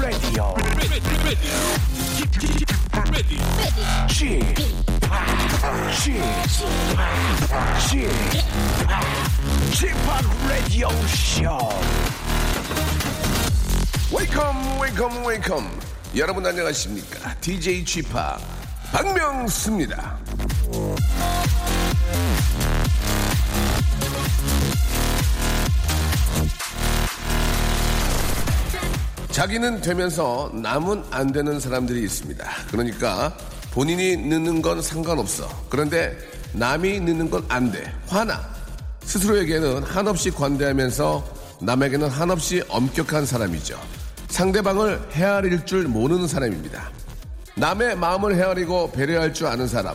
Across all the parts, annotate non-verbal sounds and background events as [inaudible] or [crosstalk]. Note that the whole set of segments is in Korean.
radio. G. G. G. G. Radio Show. 웨이컴 웨이컴 웨이컴 여러분 안녕하십니까 DJ g 파 박명수입니다 자기는 되면서 남은 안 되는 사람들이 있습니다 그러니까 본인이 늦는 건 상관없어 그런데 남이 늦는 건 안돼 화나 스스로에게는 한없이 관대하면서 남에게는 한없이 엄격한 사람이죠. 상대방을 헤아릴 줄 모르는 사람입니다. 남의 마음을 헤아리고 배려할 줄 아는 사람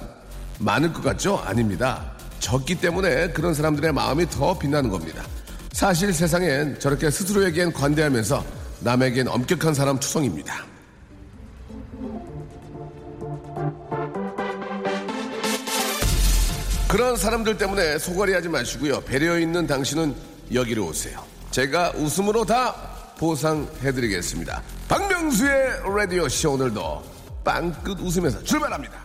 많을 것 같죠? 아닙니다. 적기 때문에 그런 사람들의 마음이 더 빛나는 겁니다. 사실 세상엔 저렇게 스스로에겐 관대하면서 남에겐 엄격한 사람 투성입니다. 그런 사람들 때문에 소갈이하지 마시고요. 배려 있는 당신은 여기로 오세요. 제가 웃음으로 다 보상해드리겠습니다. 박명수의 라디오 씨 오늘도 빵끝 웃으면서 출발합니다.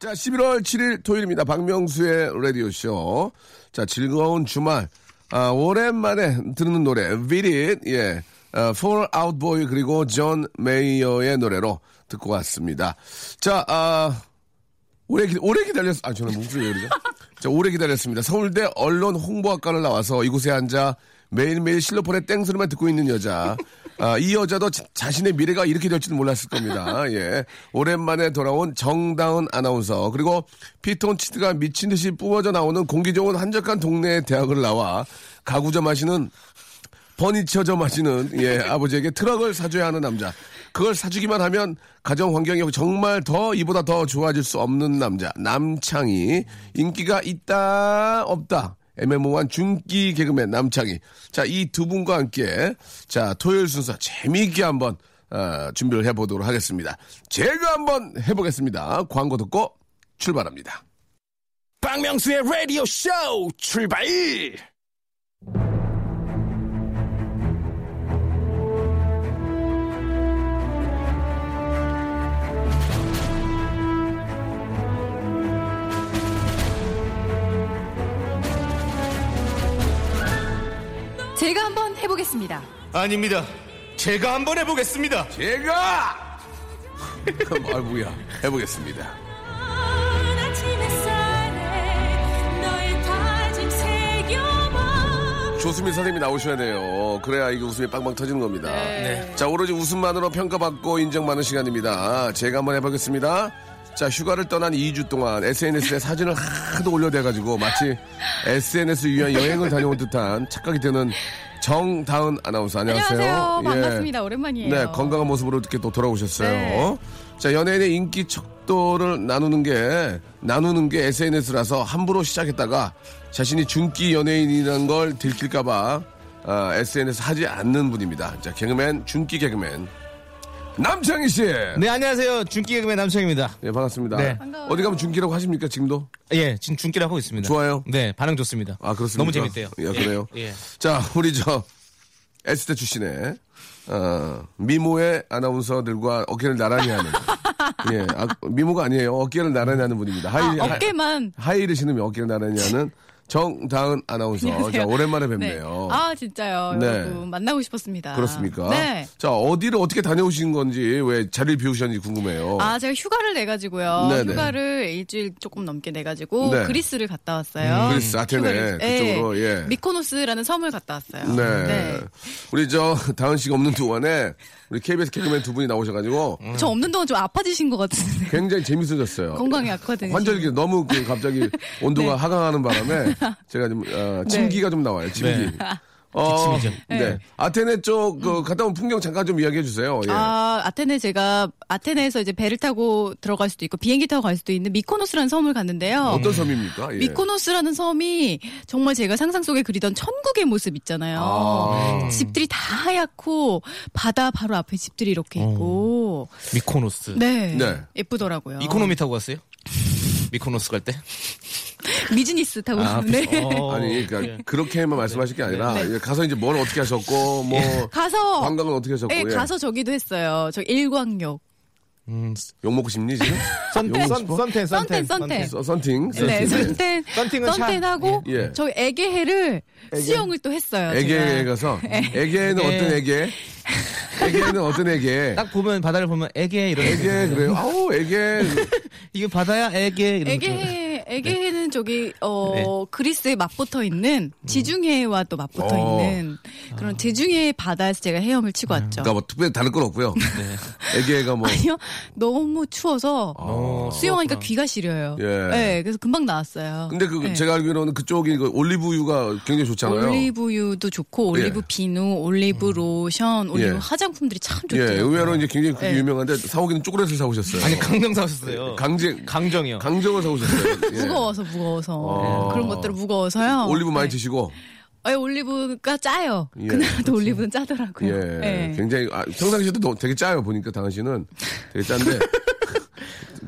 자, 11월 7일 토요일입니다. 박명수의 라디오 쇼. 자, 즐거운 주말. 아, 오랜만에 듣는 노래 Beat It, 예, 아, Fall Out Boy 그리고 존 메이어의 노래로 듣고 왔습니다. 자, 아, 오래, 기, 오래 기다렸, 아, 저는 목소리 왜 이러죠? 자, 오래 기다렸습니다. 서울대 언론 홍보학과를 나와서 이곳에 앉아 매일매일 실로폰의 땡소리만 듣고 있는 여자. 아, 이 여자도 자- 자신의 미래가 이렇게 될지는 몰랐을 겁니다. 예. 오랜만에 돌아온 정다운 아나운서, 그리고 피톤치드가 미친 듯이 뿜어져 나오는 공기 좋은 한적한 동네의 대학을 나와 가구점 하시는 버니처 점 하시는 [laughs] 예 아버지에게 트럭을 사줘야 하는 남자 그걸 사주기만 하면 가정 환경이 정말 더 이보다 더 좋아질 수 없는 남자 남창희 인기가 있다 없다 애매모호한 중기 개그맨 남창희 자 이 두 분과 함께 자 토요일 순서 재미있게 한번 어, 준비를 해보도록 하겠습니다 제가 한번 해보겠습니다 광고 듣고 출발합니다. 박명수의 라디오 쇼 출발! 제가 한번 해보겠습니다. 아닙니다. 제가 한번 해보겠습니다. [laughs] 제가 아 뭐야 해보겠습니다. 조수민 선생님이 나오셔야 돼요. 그래야 이게 웃음이 빵빵 터지는 겁니다. 네. 자, 오로지 웃음만으로 평가받고 인정받는 시간입니다. 제가 한번 해보겠습니다. 자, 휴가를 떠난 2주 동안 SNS에 사진을 하도 올려대가지고 마치 SNS 위한 여행을 다녀온 듯한 착각이 되는 정다은 아나운서. 안녕하세요. 안녕하세요. 예. 반갑습니다. 오랜만이에요. 네, 건강한 모습으로 이렇게 또 돌아오셨어요. 네. 자, 연예인의 인기 척도를 나누는 게, 나누는 게 SNS라서 함부로 시작했다가 자신이 중기 연예인이라는 걸 들킬까봐 SNS 하지 않는 분입니다. 자, 개그맨, 중기 개그맨. 남창희 씨! 네. 네, 안녕하세요. 중기 개그맨 남성입니다. 반갑습니다. 네. 반가워요. 어디 가면 중기라고 하십니까, 지금도? 예, 지금 중기를 하고 있습니다. 좋아요? 네, 반응 좋습니다. 아, 그렇습니까? 너무 재밌대요. 예, 그래요? 예, 예. 자, 우리 저, S대 출신의, 어, 미모의 아나운서들과 어깨를 나란히 [laughs] 하는. 예, 아, 미모가 아니에요. 어깨를 나란히 하는 분입니다. 하이, 아, 어깨만. 하이를 신으면 어깨를 나란히 하는 정다은 아나운서. [laughs] 안녕하세요. 자, 어, 오랜만에 네. 뵙네요. 아 진짜요. 네. 여러분 만나고 싶었습니다. 그렇습니까? 네. 자, 어디를 어떻게 다녀오신 건지, 왜 자리를 비우셨는지 궁금해요. 아 제가 휴가를 내가지고요. 어. 네네. 휴가를 일주일 조금 넘게 내가지고 네. 음, 그리스를 갔다 왔어요. 그리스, 아테네, 휴가를- 그쪽으로, 예. 미코노스라는 섬을 갔다 왔어요. 네. 우리 저, 다은 씨가 없는 동안에, 우리 KBS 개그맨 두 분이 나오셔가지고, 저 없는 동안 좀 아파지신 것 같은데. 굉장히 재밌어졌어요. 음. [laughs] 건강이 악화되는 그 환절기 너무 그 [laughs] 갑자기 네. 온도가 하강하는 바람에 제가 좀 어, 침기가 좀 나와요. 침기. [laughs] 어, 네. 기침이죠. 네. 아테네 쪽그 갔다 온 풍경 잠깐 좀 이야기해 주세요. 예. 아, 아테네 제가 아테네에서 이제 배를 타고 들어갈 수도 있고 비행기 타고 갈 수도 있는 미코노스라는 섬을 갔는데요. 어떤 섬입니까? 예. 미코노스라는 섬이 정말 제가 상상 속에 그리던 천국의 모습 있잖아요. 아. 집들이 다 하얗고 바다 바로 앞에 집들이 이렇게 있고 미코노스. 네, 어. 네. 예쁘더라고요. 이코노미 타고 갔어요? 미코노스 갈 때? 미즈니스 타고 아, [laughs] 네. 어, 아니 예. 네. 그러니까 그렇게만 말씀하실 게 아니라 예, 가서 이제 뭘 어떻게 하셨고 뭐 예. 가서 관광은 어떻게 하셨고 예, 예. 가서 저기도 했어요. 저 일광욕. 음, 욕 먹고 싶니 [laughs] 지금? 선텐, 욕 먹고 선, 싶어? 선텐, 선텐, 선텐, 선텐. 선- 선팅. 선팅. 네, 선텐. 선팅은 샤. 선텐하고 예. 예. 저 애게해를 수영을 또 했어요. 애기에 아, 제가. 예. 가서 애기에는 어떤 애기에? 애기에는 어떤 애기에? 네. 딱 보면 바다를 보면 애게 이런. 애기 그래요. 아우 그러니까 애기 [laughs] 이게 바다야 음, 애게 이런. [laughs] 거. 네. 애게해, 애게해는 저기 어 그리스에 맞붙어 있는 지중해와 또 맞붙어 음. 어. 있는 그런 지중해 바다에서 제가 헤엄을 치고 왔죠. 그러니까 뭐 특별히 다를 건 없고요. 네. 애기가 뭐 [laughs] 아니요, 너무 추워서 어, 수영하니까 귀가 시려요. 아. 예. 네, 그래서 금방 나왔어요. 근데 그 네. 제가 알기로는 그쪽이 그 올리브유가 굉장히 좋잖아요. 올리브유도 좋고 올리브 예. 음. 비누, 올리브 로션, 올리브 예. 화장품들이 참 예, 좋더라고요. 의외로 이제 굉장히 그게 네. 유명한데 사오기는 초콜릿을 사오셨어요. 아니 네, 강정 사오셨어요. 네, 강제 강정이요. 강정을 사오셨어요. 예. 무거워서 무거워서 네, 어. 그런 것들 무거워서요. 올리브 많이 네. 드시고 예, 올리브가 짜요. 예, 그날도 올리브는 짜더라고요. 예, 예. 굉장히 아, 평상시에도 너- 되게 짜요 보니까 당신은 되게 짠데 [laughs]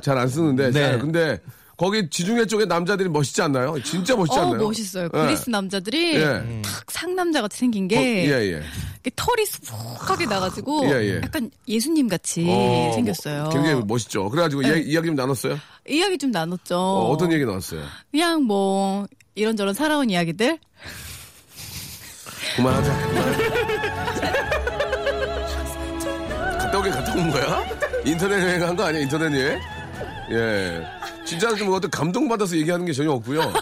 잘 안 쓰는데 네. 짜요. 근데 거기 지중해 쪽에 남자들이 멋있지 않나요? 진짜 멋있지 어 않나요? 멋있어요. 예. 그리스 남자들이 예. 탁 상남자 같이 생긴 거- 게 예, 예. 이렇게 털이 수북하게 나가지고 예, 예. 약간 예수님 같이 어, 생겼어요. 네. 뭐, 굉장히 멋있죠. 그래가지고 예, 이야기 좀 나눴어요. 이야기 좀 나눴죠. 어, 떤 얘기 나눴어요? 그냥 뭐 이런저런 살아온 이야기들. [laughs] 그만하자. 그만. 갔다 오게 갔다 온 거야? 인터넷 여행 한 거 아니야? 인터넷 여행? 예. 진짜 좀 어떤 감동받아서 얘기하는 게 전혀 없고요.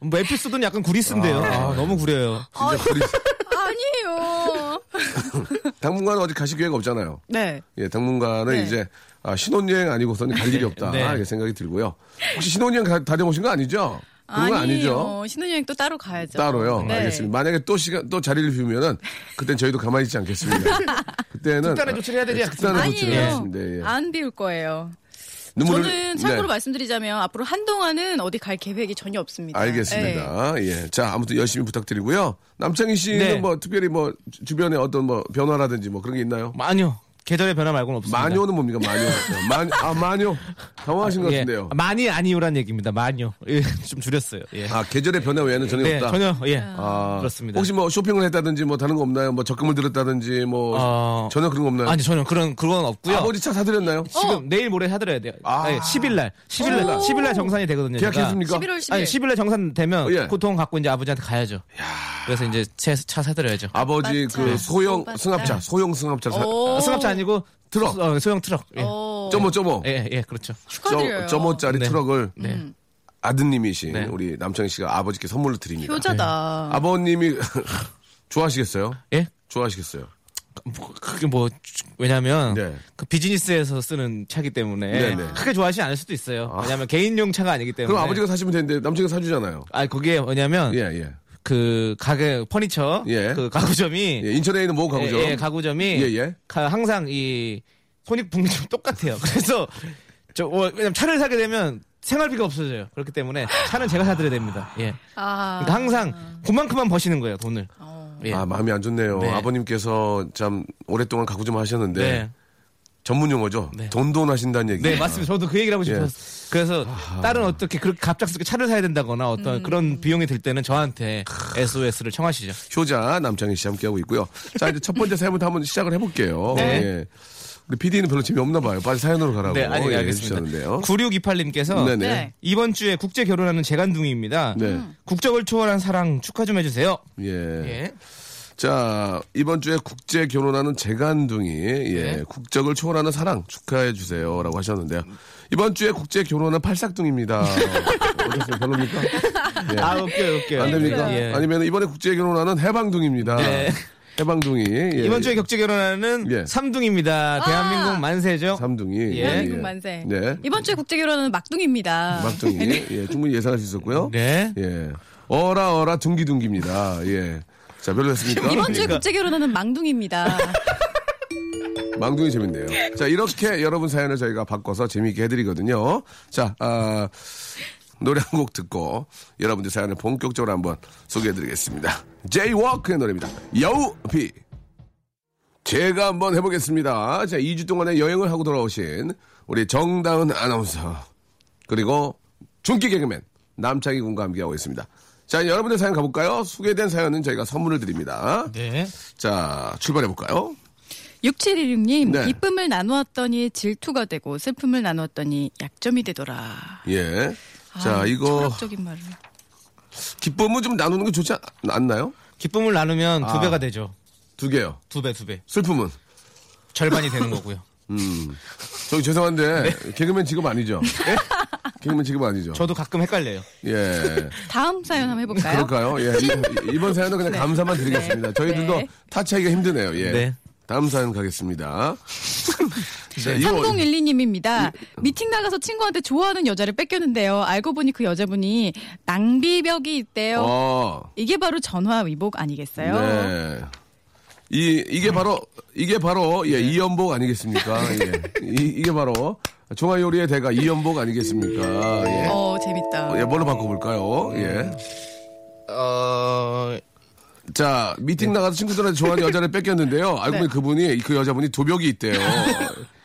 뭐 에피소드는 약간 구리스인데요. 아, 너무 구려요. 진짜 그리스- 아니에요. 당분간 어디 가실 기회가 없잖아요. 네. 예, 당분간은 네. 이제 아, 신혼여행 아니고서는 갈 일이 없다 네. 이렇게 생각이 들고요. 혹시 신혼여행 가, 다녀오신 거 아니죠? 그런 건 아니죠. 아니에요. 신혼여행 또 따로 가야죠. 따로요. 네. 알겠습니다. 만약에 또 시간 또 자리를 비우면은 그땐 저희도 가만히 있지 [laughs] 않겠습니다. 그때는 특단의 조치를 해야 되지 아, 특단의 조치를 아니에요. 하겠습니다. 예. 안 비울 거예요. 눈물을- 저는 참고로 네. 말씀드리자면 앞으로 한동안은 어디 갈 계획이 전혀 없습니다. 네. 알겠습니다. 예. 자, 아무튼 열심히 부탁드리고요. 남창희 씨는 네. 뭐 특별히 뭐 주- 주변에 어떤 뭐 변화라든지 뭐 그런 게 있나요? 마녀 계절의 변화 말고는 없습니다. 마녀는 뭡니까? 마녀. 마, 아, 마녀. 당황하신 것 예. 같은데요. 많이 아니요란 얘기입니다. 마녀. 예, [laughs] 좀 줄였어요. 예. 아, 계절의 변화 외에는 전혀 네, 없다. 전혀 예. 아, 그렇습니다. 혹시 뭐 쇼핑을 했다든지 뭐 다른 거 없나요? 뭐 적금을 들었다든지 뭐 어, 전혀 그런 거 없나요? 아니 전혀 그런 그건 없고요. 뭐- 아버지 차 사드렸나요? 지금 내일 모레 사드려야 돼요. 아. 어. 네, 10일 날. 10일 날. 오. 10일 날 정산이 되거든요. 제가. 계약했습니까? 11월 10일. 아니 10일 날 정산되면 예. 고통 갖고 이제 아버지한테 가야죠. 그래서 이제 차, 차 사드려야죠. 아버지 맞다. 그 소형 맞다. 승합차, 소형 승합차 사. 네. 오. 아, 승합차 아니고 트럭. 어, 소형 트럭. 예. 오. 점오 점오. 예, 예, 그렇죠. 축하드려요. 점오짜리 네. 트럭을 네. 아드님이신 네. 우리 남창희 씨가 아버지께 선물로 드립니다. 네. 효자다. 아버님이 [laughs] 좋아하시겠어요? 예? 좋아하시겠어요? 뭐, 그게 뭐 주- 왜냐면 네. 그 비즈니스에서 쓰는 차기 때문에 네, 네. 크게 좋아하지 않을 수도 있어요. 왜냐면 개인용 차가 아니기 때문에. 그럼 아버지가 사시면 되는데 남친이 사주잖아요. 아 거기에 뭐냐면 예, 예. 그 가게 퍼니처 예. 그 가구점이 예, 인천에 있는 모 가구죠. 예, 예, 가구점이 예, 예. 가- 항상 이 손익분기점 똑같아요. [laughs] 그래서 저 어, 왜냐면 차를 사게 되면 생활비가 없어져요. 그렇기 때문에 차는 제가 사드려야 됩니다. 예. 아. 그러니까 항상 그만큼만 버시는 거예요 돈을. 예. 아, 마음이 안 좋네요. 네. 아버님께서 참 오랫동안 가구 좀 하셨는데 네. 전문 용어죠. 네. 돈돈 하신다는 얘기. 네, 맞습니다. 저도 그 얘기를 예. 하고 싶었어요. 그래서 딸은 어떻게 그렇게 갑작스럽게 차를 사야 된다거나 어떤 그런 비용이 들 때는 저한테 SOS를 청하시죠. 효자 남창희 씨 함께 하고 있고요. 자 이제 첫 번째 사연부터 한번 시작을 해볼게요. 네. 예. 우리 PD는 별로 재미없나 봐요. 빨리 사연으로 가라고 네, 아니, 예, 알겠습니다. 해주셨는데요. 9628님께서 네네. 네. 이번 주에 국제 결혼하는 재간둥이입니다. 네. 음. 국적을 초월한 사랑 축하 좀 해주세요. 예. 예. 자 이번 주에 국제 결혼하는 재간둥이 예. 네. 국적을 초월하는 사랑 축하해 주세요라고 하셨는데요. 이번 주에 국제 [laughs] 결혼하는 팔싹둥입니다. 어떠세요? 별로입니까? 아, 웃겨요, 웃겨요. 네. 안 됩니까? 예. 아니면 이번에 국제 결혼하는 해방둥입니다. 네. 해방둥이 예. 이번 주에 격제 예. 결혼하는 삼둥입니다. 아. 대한민국 만세죠. 삼둥이 대한민국 예. 만세. 네. 이번 주에 국제 결혼은 막둥입니다. 막둥이 예, 충분히 예상할 수 있었고요. 네. 예. 어라 어라 둥기둥기입니다. 예. 자 별로였습니까? 이번 주에 예. 국제 [laughs] 결혼은 망둥입니다. 망둥이 재밌네요. 자 이렇게 여러분 사연을 저희가 바꿔서 재미있게 해드리거든요. 자 아, 노래 한 곡 듣고 여러분들 사연을 본격적으로 한번 소개해드리겠습니다. 제이워크의 노래입니다. 여우비. 제가 한번 해보겠습니다. 자 2주 동안의 여행을 하고 돌아오신 우리 정다은 아나운서 그리고 중기 개그맨 남창희 군과 함께하고 있습니다. 자, 여러분들 사연 가볼까요? 소개된 사연은 저희가 선물을 드립니다. 네. 자, 출발해볼까요? 6716님, 네. 기쁨을 나누었더니 질투가 되고 슬픔을 나누었더니 약점이 되더라. 예. 자, 아, 이거, 철학적인 말을. 기쁨은 좀 나누는 게 좋지 않, 않나요? 기쁨을 나누면 아. 두 배가 되죠. 두 개요. 두 배, 두 배. 슬픔은. 절반이 되는 거고요. 저기 죄송한데, 개그맨 직업 아니죠? 예? 개그맨 직업 아니죠? 저도 가끔 헷갈려요. 예. 다음 사연 한번 해볼까요? 그럴까요? 예. 이- 이번 사연은 그냥 감사만 드리겠습니다. 저희들도 네. 타치하기가 힘드네요. 예. 네. 다음 사연 가겠습니다. 자, 이거 어. 3012님입니다. 미팅 나가서 친구한테 좋아하는 여자를 뺏겼는데요. 알고 보니 그 여자분이 낭비벽이 있대요. 어. 이게 바로 전화 위복 아니겠어요? 네. 이 이게 바로 이게 바로 예, 이연복 아니겠습니까? 예. 이, 게 바로 종아 요리의 대가 이연복 아니겠습니까? 예. 어, 재밌다. 예, 뭘로 바꿔볼까요? 예. 음. 어, 자, 네. 미팅 나가서 친구들한테 좋아하는 [laughs] 여자를 뺏겼는데요. 알고 보니 그분이, 그 여자분이 도벽이 있대요.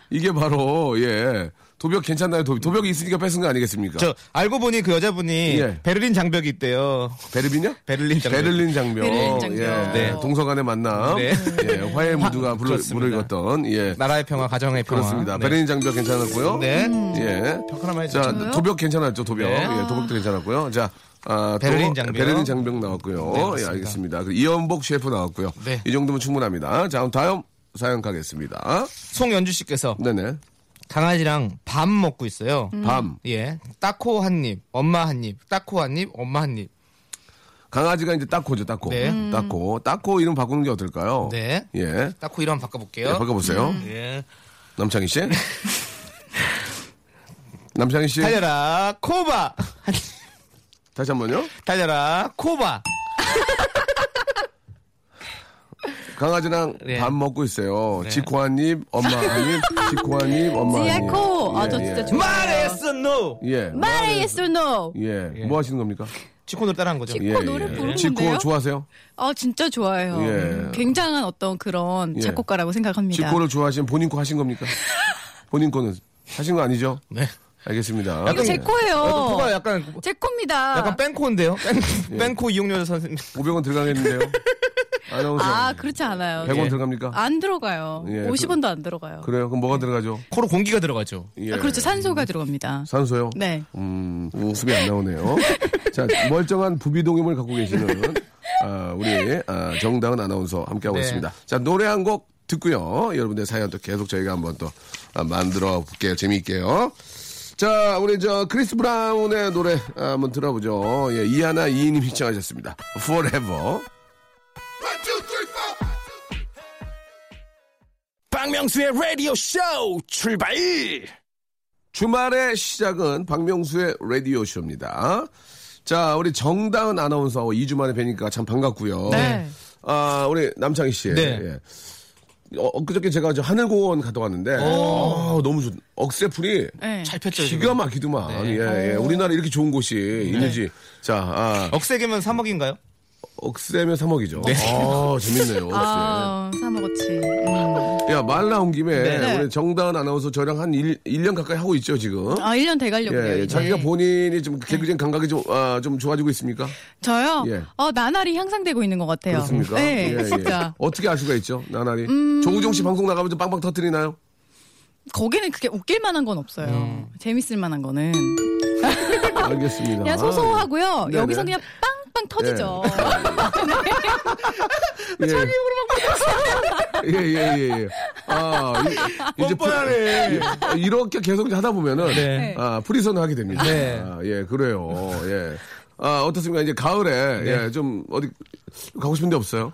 이게 바로, 예. 도벽 괜찮나요? 도벽. 도벽이 있으니까 뺏은 거 아니겠습니까? 저 알고 보니 그 여자분이 예. 베를린 장벽이 있대요. 베르빈이요? 베를린 장벽. 베를린 장벽. 베를린 장벽. 예. 네. 동서간의 만남. 네. 예. 화해 무드가 불, [laughs] 좋습니다. 물을 익었던. 예. 나라의 평화, 가정의 평화. 그렇습니다. 네. 베를린 장벽 괜찮았고요. 네. 음. 예. 벽 하나만 해주세요. 자, 저요? 도벽 괜찮았죠, 도벽. 네. 예, 도벽도 괜찮았고요. 자, 아, 또 베를린 장벽. 베를린 장벽 나왔고요. 네, 예, 맞습니다. 알겠습니다. 그리고 이연복 셰프 나왔고요. 네. 이 정도면 충분합니다. 자, 그럼 다음 사연 가겠습니다. 송연주 씨께서 네네. 강아지랑 밥 먹고 있어요. 음. 밤. 예. 따코 한 입, 엄마 한 입, 따코 한 입, 엄마 한 입. 강아지가 이제 따코죠, 따코. 네. 음. 따코. 따코 이름 바꾸는 게 어떨까요? 네. 예. 따코 이름 한번 바꿔볼게요. 예, 바꿔보세요. 음. 예. 남창희 [laughs] 씨. 남창희 씨. 달려라, 코바! [laughs] 다시 한 번요. 달려라, 코바! 강아지랑 네. 밥 먹고 있어요. 지코 한 입, 엄마 한 [laughs] 입, 지코 한 입, 엄마 예, 한 입. 지아코! 아, 저 진짜 좋아요. 말했어, no! 예. 말해, yes or no? 예. 예. 뭐 하시는 겁니까? 치코 노래 따라한 거죠. 예. 치코 노래 부르는데요? 치코 좋아하세요? 아, 진짜 좋아요. 예. 음, 굉장한 어떤 그런 예. 작곡가라고 생각합니다. 치코를 좋아하시면 본인 거 하신 [laughs] 겁니까? 본인 거는 하신 거 아니죠? 네. 알겠습니다. 이거 제 어, 약간 코예요. 코가 약간, 제 코입니다. 약간 뺑코인데요? 예. 뺑- 뺑코 이용료 선생님. 500원 들어가겠는데요? 아나운서. 아, 그렇지 않아요. 100원 예. 들어갑니까? 안 들어가요. 예, 50원도 안 들어가요. 그래요? 그럼 뭐가 들어가죠? 코로 공기가 들어가죠. 예. 아, 그렇죠. 산소가 들어갑니다. 산소요? 네. 음, 웃음이 안 나오네요. 자, 멀쩡한 부비동임을 갖고 계시는 아, 우리 아, 정다은 아나운서 함께하고 네. 있습니다. 자, 노래 한 곡 듣고요. 여러분들 사연 또 계속 저희가 한번 또 아, 만들어 볼게요. 재미있게요. 자, 우리 저 크리스 브라운의 노래 아, 한번 들어보죠. 예, 이하나 이인님이 신청하셨습니다. Forever. 박명수의 라디오 쇼 출발! 주말의 시작은 박명수의 라디오쇼입니다. 자, 우리 정다은 아나운서하고 2주 만에 뵈니까 참 반갑고요. 네. 아, 우리 남창희 씨. 네. 예. 어, 엊그저께 제가 저 하늘공원 갔다 왔는데, 아, 너무 좋, 억새풀이 네. 잘 폈죠. 기가 막히더만. 예, 예. 우리나라 이렇게 좋은 곳이 네. 있는지. 자, 아, 어? 억세게면 3억인가요? [laughs] 억새면 3억이죠. 아, 재밌네요. 억새. 네. 아, 음. 사먹었지. 야, 말 나온 김에 네. 우리 정다은 아나운서 저랑 한 일 일 년 가까이 하고 있죠, 지금. 아, 1년 돼가려고요. 예, 예. 이제. 네. 자기가 본인이 좀 개그적인 감각이 좀, 아, 좀 좋아지고 있습니까? 저요? 예. 어, 나날이 향상되고 있는 것 같아요. 그렇습니까? 네, 예, 예. 진짜. 음. 어떻게 알 수가 있죠, 나날이? 조우종 씨 방송 나가면 좀 빵빵 터뜨리나요? 거기는 그게 웃길 만한 건 없어요. 음. 재밌을 만한 거는. 알겠습니다. 그냥 소소하고요. 아, 네네. 네. 여기서 그냥 빵빵 터지죠. 예. 자기 예, 예, 예, 예. 아, 이, 이제 뻔뻔하네. 예. 아, 이렇게 계속 이제 하다 보면은 네. 아, 프리선을 하게 됩니다. 네. 아, 예, 그래요. 예. 아, 어떻습니까? 이제 가을에 네. 예, 좀 어디 가고 싶은 데 없어요?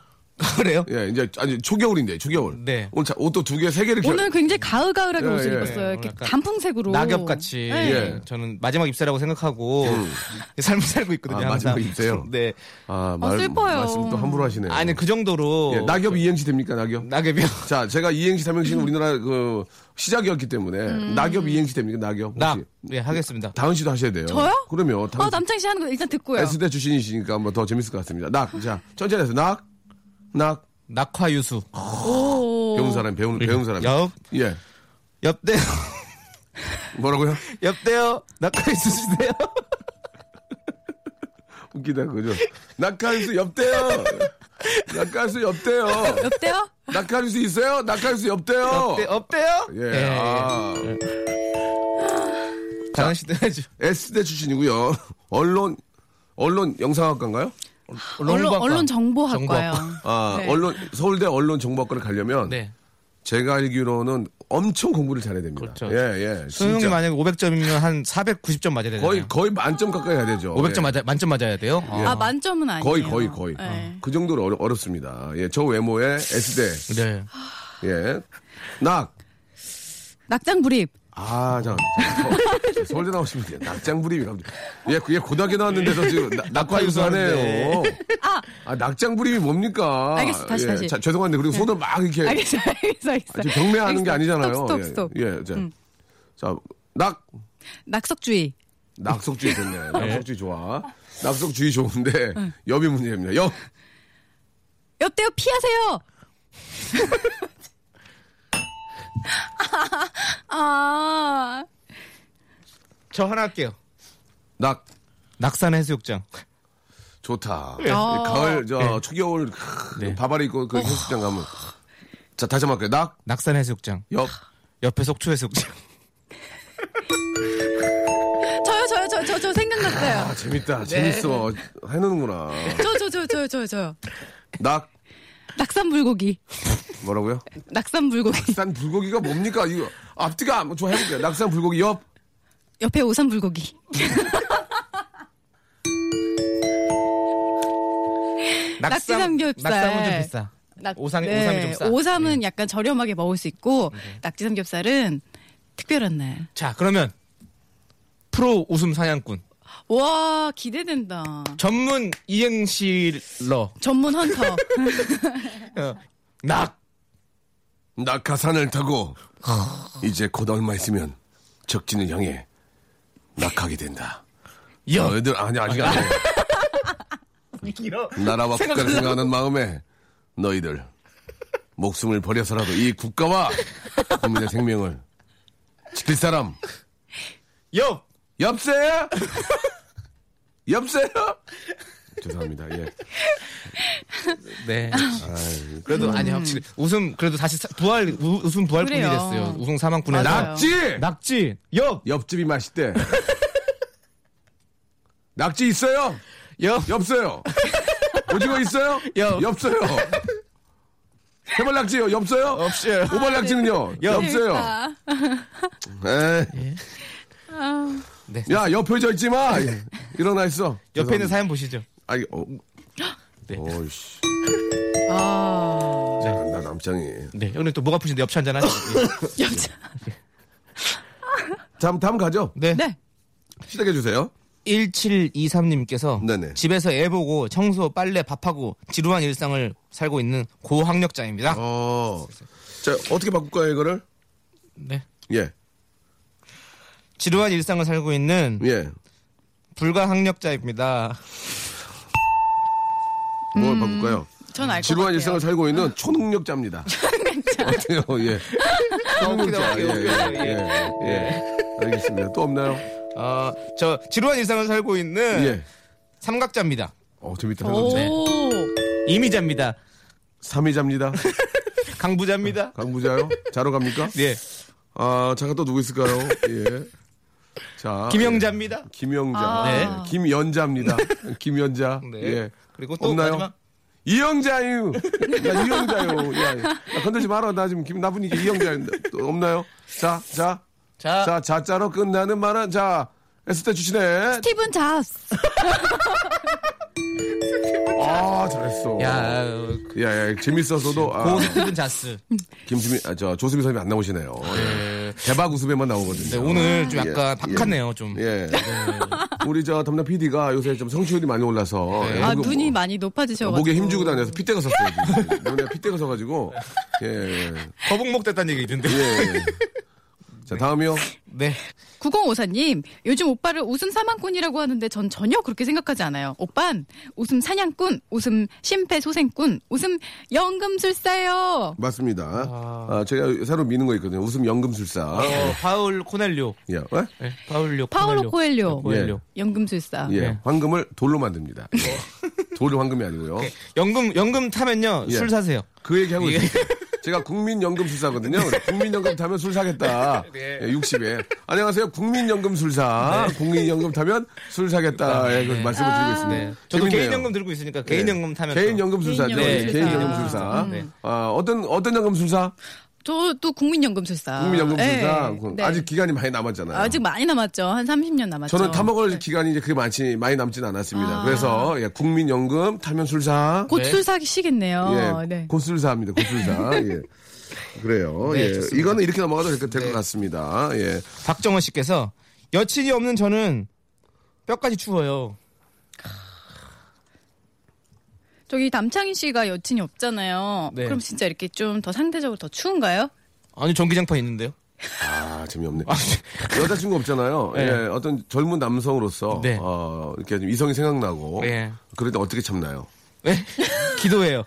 그래요? 예, 이제 아니 초겨울인데 초겨울. 네. 오늘 자- 옷도 두 개, 세 개를 [laughs] 오늘 굉장히 가을가을하게 예, 옷을 예. 입었어요. 이렇게 약간 단풍색으로. 낙엽같이 네. 예. 저는 마지막 입사라고 생각하고 [laughs] 삶을 살고 있거든요. 아, 마지막 항상. 입사요? 네. 아, 아, 슬퍼요. 말씀 또 함부로 하시네요. 아니 그 정도로 예, 낙엽 이행시 됩니까, 낙엽? 낙엽이요. 자, 제가 이행시 삼행시는 우리나라 그 시작이었기 때문에 음. 낙엽 이행시 됩니까, 낙엽? 낙. 혹시? 예, 하겠습니다. 다은 씨도 하셔야 돼요. 저요? 그럼요. 다은 어, 남창희 씨 하는 거 일단 듣고요. S대 출신이시니까 한번 더 재밌을 것 같습니다. 낙. 자, 천천히 해서 낙. 낙. 낙화유수. 오. 배운 사람, 배운, 배운 사람. 옆 예. 옆대요. 뭐라고요? [laughs] [laughs] 옆대요. 낙화유수시대요. 웃기다 그죠? 낙하유수 엽대요. 낙하유수 엽대요. [laughs] 어때요? 낙하유수 있어요? 낙하유수 엽대요. 네, 없대, 없대요? 예. 아, 장현 씨도 해야죠. S대 출신이고요. 언론 언론 영상학과인가요? 언론, [laughs] 언론 정보학과요. 아, 네. 언론 서울대 언론 정보학과를 가려면 네. 제가 알기로는 엄청 공부를 잘해야 됩니다. 그렇죠. 예, 예. 수능이 진짜. 만약에 500점이면 한 490점 맞아야 되잖아요. 거의 거의 만점 가까이 해야 되죠. 500점 예. 맞아, 만점 맞아야 돼요? 아, 아, 만점은 아니에요. 거의 거의 거의 네. 그 정도로 어려, 어렵습니다. 예, 저 외모에 S대 네. 예. 낙. 낙장불입. 아, 자. 서- 서울대 나오시면 돼요. 낙장불입이 갑자기. 예, 그- 예, 고등학교 나왔는데도 지금 [laughs] 낙- 낙과유수하네요. 아! 아, 낙장불입이 뭡니까? 알겠어, 다시, 예, 다시. 네. 자, 죄송한데, 그리고 손을 막 이렇게. 알겠어, 알겠어, 알겠어. 아, 지금 경매하는 게 알겠어. 아니잖아요. 스톱, 예, 스톱, 스톱. 음. 예, 자. 자, 낙. 낙석주의. 낙석주의 좋네. 낙석주의 좋아. 낙석주의 좋은데, 네. 엽이 문제입니다. 엽. 여태요 [laughs] 피하세요. [laughs] 아, 저 하나 할게요. 낙. 낙산 해수욕장. 좋다. 네. 예. 아. 이 가을, 저, 초겨울, 크, 바바리 입고 어. 그 해수장 가면. 자, 다시 한번 할게요. 낙. 낙산 해수욕장. 엽. 옆에 속초 해수욕장. 저요, 저요, 저, 저, 저 생각났어요. 아, 재밌다. 재밌어. 해놓는구나. 저, 저, 저, 저, 저, 저. 낙. 낙산 불고기. 뭐라고요? 낙산 불고기. 낙산 불고기가 뭡니까? 이거 앞뒤가 안- 좀 해볼게요. 낙산 불고기 옆. 옆에 오산 불고기. [laughs] 낙지 삼겹살. 낙산은 좀 비싸. 낙- 오삼이- 오삼이 좀 싸. 네. 오삼은 예. 약간 저렴하게 먹을 수 있고 음, 낙지 삼겹살은 특별한 날. 자, 그러면 프로 웃음 사냥꾼. 와 기대된다. 전문 이행실러. 전문 [laughs] 헌터. 어, 낙. 낙하산을 타고 이제 곧 얼마 있으면 적진을 향해 낙하게 된다. 어. 여. 너희들 아니 아직 안 돼. 길어. 나라와 국가를 생각하는 마음에 너희들 목숨을 버려서라도 이 국가와 국민의 생명을 지킬 사람 여. 엽세요? 엽세요? 죄송합니다. 예. 네. 그래도 아니 확실히 웃음 그래도 다시 사- 부활 우- 웃음 부활꾼이 그래요. 됐어요. 우승 사망꾼에 맞아요. 낙. 낙지! 낙지. 엽. 옆집이 맛있대. [laughs] 낙지 있어요? 엽. 엽어요. 오징어 있어요? 엽. 엽어요. 해발낙지요? 엽어요? 없어요. 오발낙지는요? 엽. 엽어요. 아, 에이. 네. 야, 옆에 져 있지 마. 일어나 있어. 옆에 있는 사연 보시죠. 아이, 어. [gasps] 네. 오이씨. 아. 나 남창이. 네. 오늘 또 목 아프신데 엽차 한잔 하죠. [laughs] 여자. 다음, 다음 가죠. 네. 네. 시작해 주세요. 1723님께서 네네. 집에서 애 보고 청소, 빨래, 밥하고 지루한 일상을 살고 있는 고학력자입니다. 어. 자, 어떻게 바꿀까요, 이거를? 네. 예. 지루한 일상을 살고 있는 예. 불가학력자입니다. 음. 뭘 바꿀까요? 전 알 것 같아요. 지루한 일상을 살고 있는 [laughs] 초능력자입니다. 어때요? 예. [laughs] 초능력자. 예, 웃기다, 웃기다, 예, 예, 예. 알겠습니다. 또 없나요? 어, 저 지루한 일상을 살고 있는 예. 삼각자입니다. 어, 재밌다. 오. 삼각자. 이미자입니다. 삼의자입니다. 강부자입니다. 강부자요? 자러 갑니까? 예. 아, 잠깐 또 누구 있을까요? 예. 자. 김영자입니다. 예. 김영자. 아. 예. 김연자입니다. [laughs] 김연자. 네. 예. 그리고 또 없나요? 마지막. 이영자유. 나 이영자유. 야, 나 건들지 마라. 나 지금 기분 나쁜 이게 이영자유. 또 없나요? 자, 자. 자, 자, 자자로 끝나는 말은 자. 에스테 주시네. 스티븐 잡스. 아, 잘했어. 야, 야, 어, 야, 재밌어서도 아, 고 스티븐 자스. 네, 김수미 아, 저 조수미 선생님 안 나오시네요. 예. 대박 웃음에만 나오거든요. 네, 오늘 좀 약간 예, 박하네요, 좀. 예. 우리 저 담당 PD가 요새 좀 성취율이 많이 올라서 네. 예, 아 목이- 눈이 많이 높아지셔가지고. 목에 힘주고 다녀서 핏대가 섰어요. 지금. 눈에 핏대가 서가지고 예. 거북목 됐다는 얘기 있던데. 예. 자 다음이요. 네. 9054님, 요즘 오빠를 웃음 사망꾼이라고 하는데 전 전혀 그렇게 생각하지 않아요. 오빤, 웃음 사냥꾼, 웃음 심폐소생꾼, 웃음 연금술사요. 맞습니다. 아, 제가 새로 미는 거 있거든요. 웃음 연금술사. 어, 바울 코넬료. 예, 어? 네, 바울료. 파울로 코넬료. 예. 코엘료, 코넬료. 연금술사. 예, 네. 황금을 돌로 만듭니다. [laughs] 예. 돌이 황금이 아니고요. 연금 연금 타면요 예. 술 사세요. 그 얘기 하고 네. 예. 있어요. 제가 국민연금술사거든요. 그래, 국민연금 타면 술 사겠다. 네. 예, 60에. 안녕하세요. 국민연금술사. 국민연금 타면 술 사겠다. 예, 그 말씀을 드리고 있습니다. 아, 네. 저도 재밌네요. 예. 개인 연금 들고 있으니까 개인 연금 타면 개인 연금술사죠. 예, 개인 개인 연금술사. 연금술사. 네. 아, 어떤 어떤 연금술사? 저도 아, 국민연금술사. 국민연금술사. 예, 그건 네. 아직 기간이 많이 남았잖아요. 아직 많이 남았죠. 한 30년 남았죠. 저는 타먹을 네. 기간이 이제 그게 많지 많이 남진 않았습니다. 아. 그래서 예, 국민연금 타면 술사. 곧 네. 술사시겠네요. 어, 예, 네. 고술사입니다. [laughs] 고술사. 예. 그래요. 네, 예. 좋습니다. 네. 이거는 이렇게 넘어가도 될 것 같습니다. 예. 박정원 씨께서 여친이 없는 저는 뼈까지 추워요. 저기 남창희 씨가 여친이 없잖아요. 네. 그럼 진짜 이렇게 좀 더 상대적으로 더 추운가요? 아니 전기장판 있는데요. 아 재미없네. 여자친구 없잖아요. 네. 예, 어떤 젊은 남성으로서 네. 어, 이렇게 좀 이성이 생각나고 네. 그럴 때 어떻게 참나요? 네? 기도해요.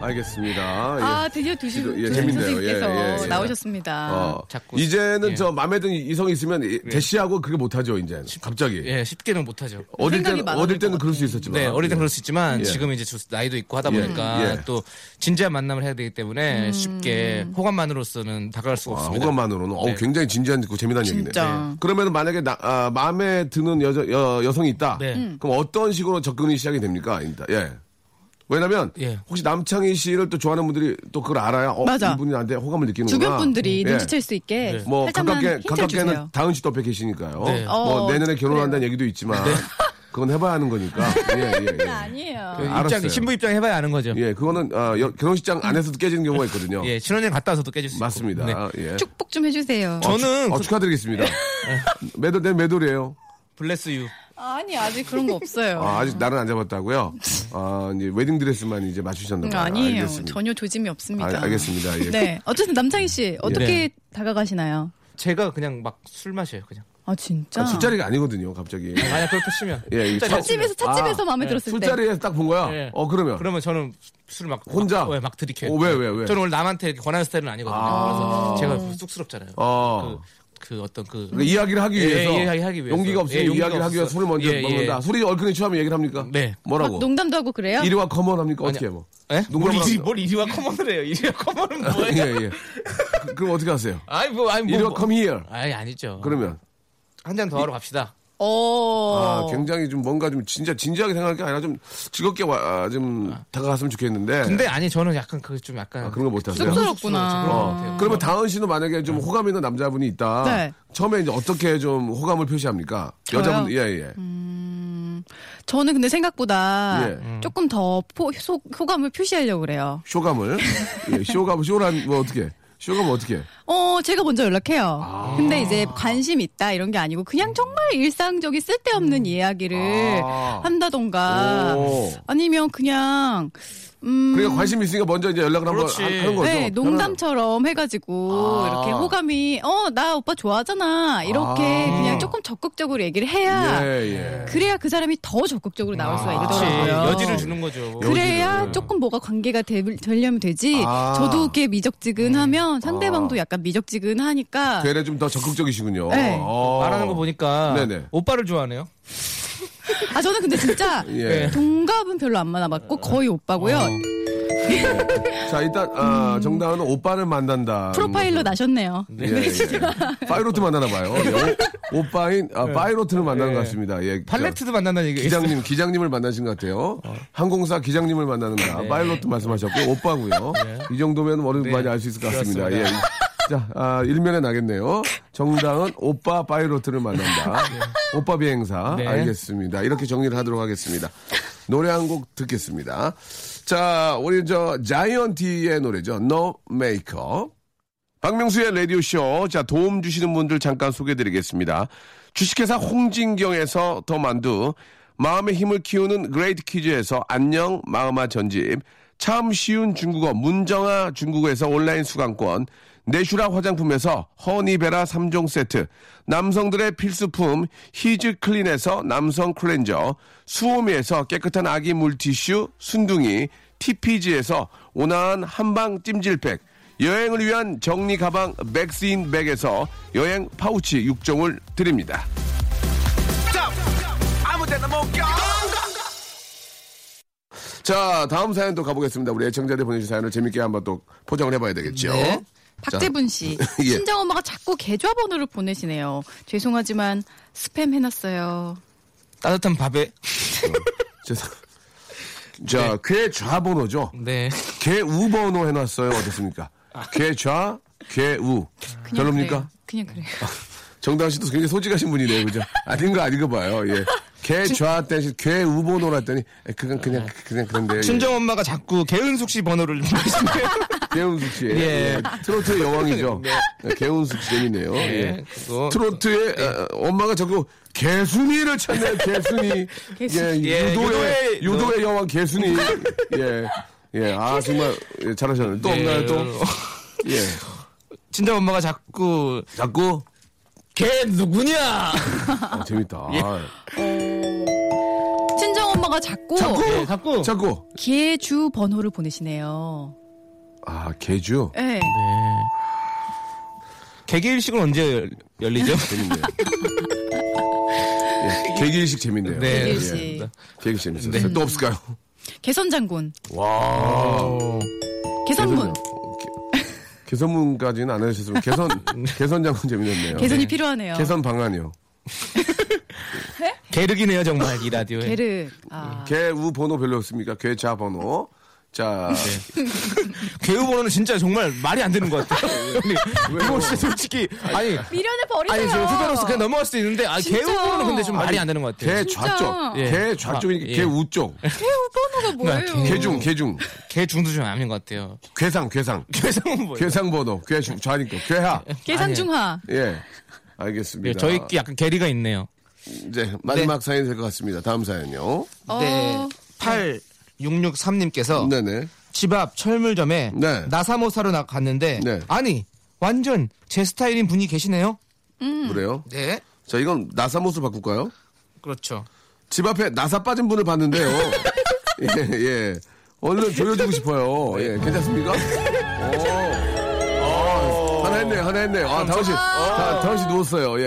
알겠습니다. 예. 아, 드디어 두신 기도- 예, 두 재밌네요. 선생님께서 예, 예, 예. 나오셨습니다. 어, 자꾸- 이제는 예. 네. 저 마음에 드는 이성 이 있으면 이- 대시하고 그게 못하죠 이제 갑자기 예, 쉽게는 못하죠. 어릴 생각이 때는 많아질 어릴 때는 것 그럴 수 있었지만 네, 어릴 땐 예. 그럴 수 있지만 예. 지금 이제 주- 나이도 있고 하다 예. 보니까 예. 또 진지한 만남을 해야 되기 때문에 쉽게 호감만으로서는 다가갈 수가 아, 없습니다. 호감만으로는 어우, 네. 굉장히 진지한 고 재미난 얘기네요. 진짜. 그러면 만약에 나- 아, 마음에 드는 여자 여, 여성이 있다. 네. 음. 그럼 어떤 식으로 접근이 시작이 됩니까? 아닙니다. 예. 왜냐면 예. 혹시 남창희 씨를 또 좋아하는 분들이 또 그걸 알아야 어, 맞아. 이분이 나한테 호감을 느끼는구나. 주변 분들이 예. 눈치챌 수 있게 뭐 살짝만 가깝게 힌트를 가깝게는 주세요. 다은 씨도 옆에 계시니까요. 네. 뭐 어, 내년에 결혼한다는 얘기도 있지만 그건 해봐야 하는 거니까. 예, [laughs] 예, 예. 아니에요. 그 알았어요. 입장, 신부 입장 해봐야 아는 거죠. 예. 예, 그거는 아, 여- 음. 결혼식장 안에서도 깨지는 경우가 있거든요. 신혼여행 갔다 와서도 깨질 수 있고. 맞습니다. 예. 네. 예. 축복 좀 해주세요. 저는 어, 그 축하드리겠습니다. 매도 내 매도래요. 블레스 유. 아니 아직 그런 거 없어요. 아, 아직 나는 안 잡았다고요? 아, 이제 웨딩 드레스만 이제 맞추셨나 봐요. 니에요 아, 알겠습니다. 음, 전혀 조짐이 없습니다. 알- 알겠습니다. 예. 네. 어쨌든 남창희 씨 어떻게 다가가시나요? 제가 그냥 막 술 마셔요, 그냥. 아 진짜. 술자리가 아니거든요, 갑자기. 만약 그렇다 치면. 예, 이 술자리 첫- 없으면. 찻집에서 찻집에서 아, 마음에 네. 들었을 때. 술자리에서 딱 본 거야? 예. 어, 그러면. 그러면 저는 술을 막 혼자? 막, 예, 막 들이켜요. 어, 왜, 왜, 왜? 저는 원래 남한테 이렇게 권하는 스타일은 아니거든요. 그래서 제가 쑥스럽잖아요. 어. 그, 그 어떤 그 그러니까 이야기를 하기 예, 위해서. 예, 이야기하기 위해서. 용기가 없으니 예, 용기가 이야기를 하기 위해서 없어. 술을 먼저 예, 예. 먹는다. 술이 얼큰이 취하면 얘기를 합니까? 네. 뭐라고? 막 아, 농담도 하고 그래요? 이리와 컴온 합니까? 어떻게 해, 아니야. 뭐? 예? 뭘, 농담을 이리, 하죠. 뭘 이리와 커먼을 해요? 이리와 커먼은 예, 뭐예요? 예. 그- 그럼 어떻게 하세요? 아니 뭐 아니 뭐. 이리와 뭐. come here. 아니 아니죠. 그러면. 한 잔 더 하러 갑시다. 어. 아, 굉장히 좀 뭔가 좀 진짜 진지하게 생각할 게 아니라 좀 즐겁게 와, 아, 좀 다가갔으면 좋겠는데. 근데 아니 저는 약간 그 좀 약간 네. 아, 그런 거 못 하세요? 쑥스럽구나. 그런 것 어. 같아요. 그러면 다은 씨는 만약에 좀 호감 있는 남자분이 있다. 네. 처음에 이제 어떻게 좀 호감을 표시합니까? 여자분, 예, 예. 저는 근데 생각보다 예. 조금 더 포, 소, 호감을 표시하려고 그래요. 쇼감을. 예, 쇼감, 쇼란, 뭐 어떻게. 쇼감 어떻게. 어, 제가 먼저 연락해요. 아. 근데 이제 관심 있다 이런 게 아니고 그냥 정말 일상적인 쓸데없는 음. 이야기를 아. 한다던가 오. 아니면 그냥 음 그러니까 관심 있으니까 먼저 이제 연락을 한번 그렇지. 하- 하는 거죠. 네, 농담처럼 해가지고 아. 이렇게 호감이 어 나 오빠 좋아하잖아 이렇게 아. 그냥 조금 적극적으로 얘기를 해야 편안한. 예, 예. 그래야 그 사람이 더 적극적으로 나올 아, 수가 아, 그렇지. 있더라고요. 여지를 주는 거죠. 그래야 조금 뭐가 관계가 되, 되려면 되지. 아. 저도 이렇게 미적지근하면 네. 아. 상대방도 약간 미적지근하니까 되레 좀 더 적극적이시군요. 네. 어. 말하는 거 보니까 네네. 오빠를 좋아하네요. 아 저는 근데 진짜 예. 동갑은 별로 안 만나봤고 거의 오빠고요. 네. 자, 일단, 아, 정다은은 오빠를 만난다. 음. 프로파일러 나셨네요. 예, 예. 파이로트 만나나 봐요. 예, 오- 오빠인 아, 파이로트를 만나는 예. 것 같습니다. 예, 팔레트도 어. 만난다는 얘기. 기장님 기장님을 만나신 것 같아요. 항공사 기장님을 네. 만나는가. 파일럿도 말씀하셨고 오빠고요. 이 정도면 어느 많이 알 수 있을 것 같습니다. 예. 자, 아, 일면에 나겠네요. 정당은 오빠 파일럿을 만난다. 오빠 비행사. 네. 알겠습니다. 이렇게 정리를 하도록 하겠습니다. 노래 한 곡 듣겠습니다. 자, 우리 저 자이언티의 노래죠. No Makeup. 박명수의 라디오쇼. 자, 도움 주시는 분들 잠깐 소개드리겠습니다. 주식회사 홍진경에서 더 만두, 마음의 힘을 키우는 그레이트 퀴즈에서 안녕 마음아 전집, 참 쉬운 중국어 문정아 중국어에서 온라인 수강권, 내슈라 화장품에서 허니베라 3종 세트, 남성들의 필수품 히즈 클린에서 남성 클렌저, 수오미에서 깨끗한 아기 물티슈 순둥이, TPG에서 온화한 한방 찜질팩, 여행을 위한 정리 가방 맥스인 백에서 여행 파우치 6종을 드립니다. 자, 다음 사연 또 가보겠습니다. 우리 애청자들 보내주신 사연을 재밌게 한번 또 포장을 해봐야 되겠죠. 네. 박재분 씨, 예. 친정 엄마가 자꾸 계좌번호를 보내시네요. 죄송하지만 스팸 해놨어요. 따뜻한 밥에. 죄송- 네. 자, 괴 좌번호죠. 네. 괴 우번호 해놨어요. 어떻습니까? 괴 좌, 괴 우. 아. 그냥 별로입니까? 그래요. 그냥 그래요. [laughs] 정당 씨도 굉장히 소직하신 분이네요. 그죠? 아닌가 아닌가 봐요. [laughs] 예. 괴 좌 대신 괴 우번호로 했더니 그건 그냥 그냥 그런데요. 예. 친정 엄마가 자꾸 개은숙 씨 번호를 보시네요. 개운숙 씨. 예. 예. 트로트의 여왕이죠. 네, 개운숙 씨 재밌네요. 예. 그거- 트로트의 어, 엄마가 자꾸 개순이를 [laughs] 찾네요. 개순이. 예, 예, 유도의 유도의- 유도의 여왕 개순이. 예. 예. 아 정말 예, 잘하셨네요. 또 없나요 또? 예. 친정 엄마가 자꾸 자꾸 걔 누구냐? 아, 재밌다. 친정 엄마가 자꾸, 네, 자꾸. 예, 자꾸 계주 번호를 보내시네요. 아 개주. 예. 개개일식은 언제 열- 열리죠? 재밌네요. 예, 개기일식 재밌네요. 네. 개기일식. 예, 개기일식 재밌어요. 또 없을까요? 개선 장군, 와. 어. 개선문, 어, 개선문까지는 안 하셨으면 [laughs] 개선 개선 장군 재밌었네요. 개선이 필요하네요. 개선 방안이요. 개륵이네요 정말 이 라디오에. 개를 음, 아, 개우 번호 별로 없습니까? 개자 번호. 자, 네. 개우 번호는 진짜 정말 말이 안 되는 것 [laughs] 같아요. 아니, 이거 진짜 솔직히 아니 미련을 아니 버리세요. 저 후배로서 그냥 넘어갈 수도 있는데 아 진짜. 개우 번호는 근데 좀 말이 안 되는 것 같아요. 개 좌쪽, 예. 개 좌쪽이니까 아, 예. 개우 쪽, 번호가 뭐예요? 개중, 개중, 개 중도 좀 아닌 것 [laughs] 같아요. 괴상, 괴상, 괴상은 뭐예요? 괴상 번호, 괴중 좌니까 [laughs] 괴하. 계산 중하. 예, 예, 알겠습니다. 저희 약간 개리가 있네요. 이제 마지막 사연 될 것 같습니다. 다음 사연요. 네. 어, 8663님께서 네네. 집 앞 철물점에 네. 나사모 사러 나 갔는데 네. 아니 완전 제 스타일인 분이 계시네요. 그래요? 네. 자, 이건 나사 모습 바꿀까요? 그렇죠. 집 앞에 나사 빠진 분을 봤는데요. 예, 예. 얼른 조여주고 싶어요. 예, 괜찮습니까? 오. 아, 하나 했네요, 하나 했네요. 아, 다은 씨, 다, 다은 씨 누웠어요. 예.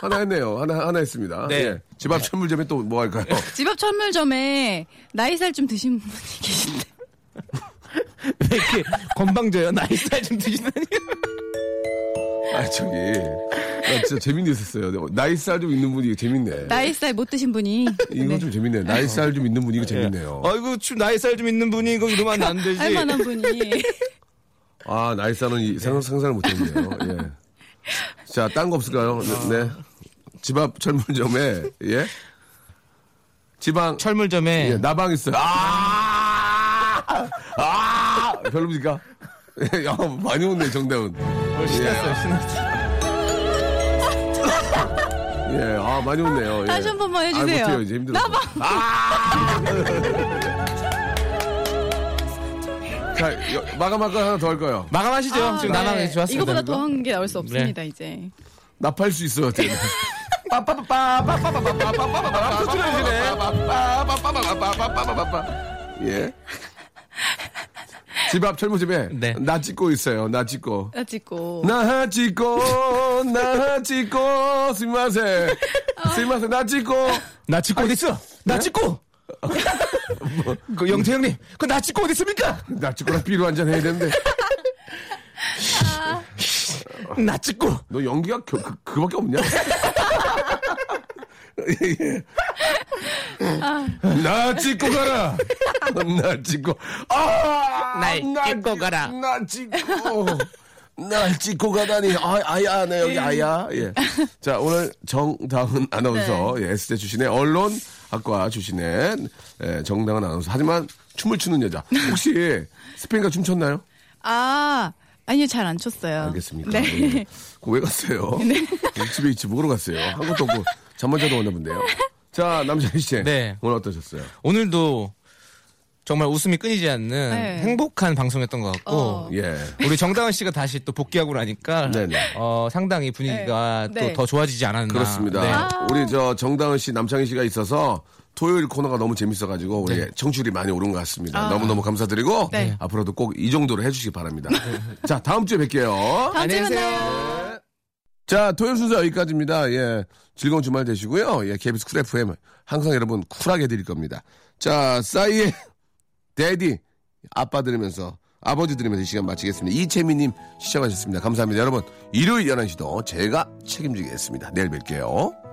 하나 했네요. 하나, 하나 했습니다. 네. 예. 집 앞 천물점에 또 뭐 할까요? 집 앞 천물점에 나이 살 좀 드신 분이 계신데. [laughs] 왜 이렇게 건방져요? 나이 스타일 좀 드시다니. 아, 저기. 나 진짜 재밌는 게 있었어요. 나이살 좀 있는 분이 재밌네. 나이 살 못 드신 분이. 이거 좀 재밌네. 나이살 좀 있는 분이 이거 재밌네요. 아이고, 좀 나이 스타일 좀 있는 분이 이거 이러면 안 [laughs] 되지. 할 만한 분이. 아, 나이살은 이- 생각, 상상을 못했네요. 예. 자, 딴 거 없을까요? 아. 네. 집 앞 철물점에, 예. 지방, 철물점에 예, 나방 있어요. 아! 아! 별로입니까? 예, 야, 많이 웃네, 정다운. 신났어요, 신났어요. 예, 아, 많이 웃네요. 예. 다시 한 번만 해주세요. 아, 못해요, 아! 이제 힘들어. 나방. [laughs] 자, 여- 마감할 거 하나 더 할까요? 마감하시죠. 지금 네. 나가기 좋았습니다. 이거보다 더 한 게 나올 수 없습니다, 이제. 나팔 수 있어요, 어떻게. 아, 터트려주네. 예. 집 앞 철물집에 네. 나 찍고 있어요. 나 찍고. 나 찍고. 나 찍고 나 찍고 스마세 스마세 나 찍고 나 찍고 어딨어? 네? 나 [laughs] 찍고! 그 영태 형님, 그 나 찍고 어딨습니까? 나 찍고랑 비로 한잔 해야 되는데 나 찍고! 너 연기가 그, 그, 그밖에 없냐? [laughs] 예. 나 찍고 가라. 나 찍고 아, 날 찍고 찍- 가라. 나 찍고 나 찍고 가다니 아, 아야 네 음. 여기 아야 예. 자 오늘 정다은 아나운서 네. 예, S대 출신의 언론학과 출신의 예, 정다은 아나운서 하지만 춤을 추는 여자 혹시 스페인가 춤췄나요? 아, 아니요, 잘 안 쳤어요. 알겠습니까? 예. 네. [laughs] 그거 왜 갔어요? 집에 있지 뭐로 갔어요? 한 것도 없고 잠만 자도 왔나 본데요. 자, 남자희 씨. 네. 오늘 어떠셨어요? 오늘도 정말 웃음이 끊이지 않는 네. 행복한 방송이었던 것 같고 어. 예. 우리 정다은 씨가 다시 또 복귀하고 나니까 네네. 어, 상당히 분위기가 네. 또 네. 더 좋아지지 않았나. 그렇습니다. 네. 우리 저 정다은 씨, 남창희 씨가 있어서 토요일 코너가 너무 재밌어가지고 우리 네. 청출이 많이 오른 것 같습니다. 너무너무 감사드리고 아. 네. 앞으로도 꼭 이 정도로 해주시기 바랍니다. 네. 자, 다음 주에 뵐게요. 다음 주에 안녕히 계세요. 만나요. 자, 토요일 순서 여기까지입니다. 예. 즐거운 주말 되시고요. 예, KBS 쿨 FM. 항상 여러분 쿨하게 드릴 겁니다. 자, 싸이의 데디. 아빠 들으면서, 아버지 들으면서 이 시간 마치겠습니다. 이채미님 시청하셨습니다. 감사합니다. 여러분, 일요일 11시도 제가 책임지겠습니다. 내일 뵐게요.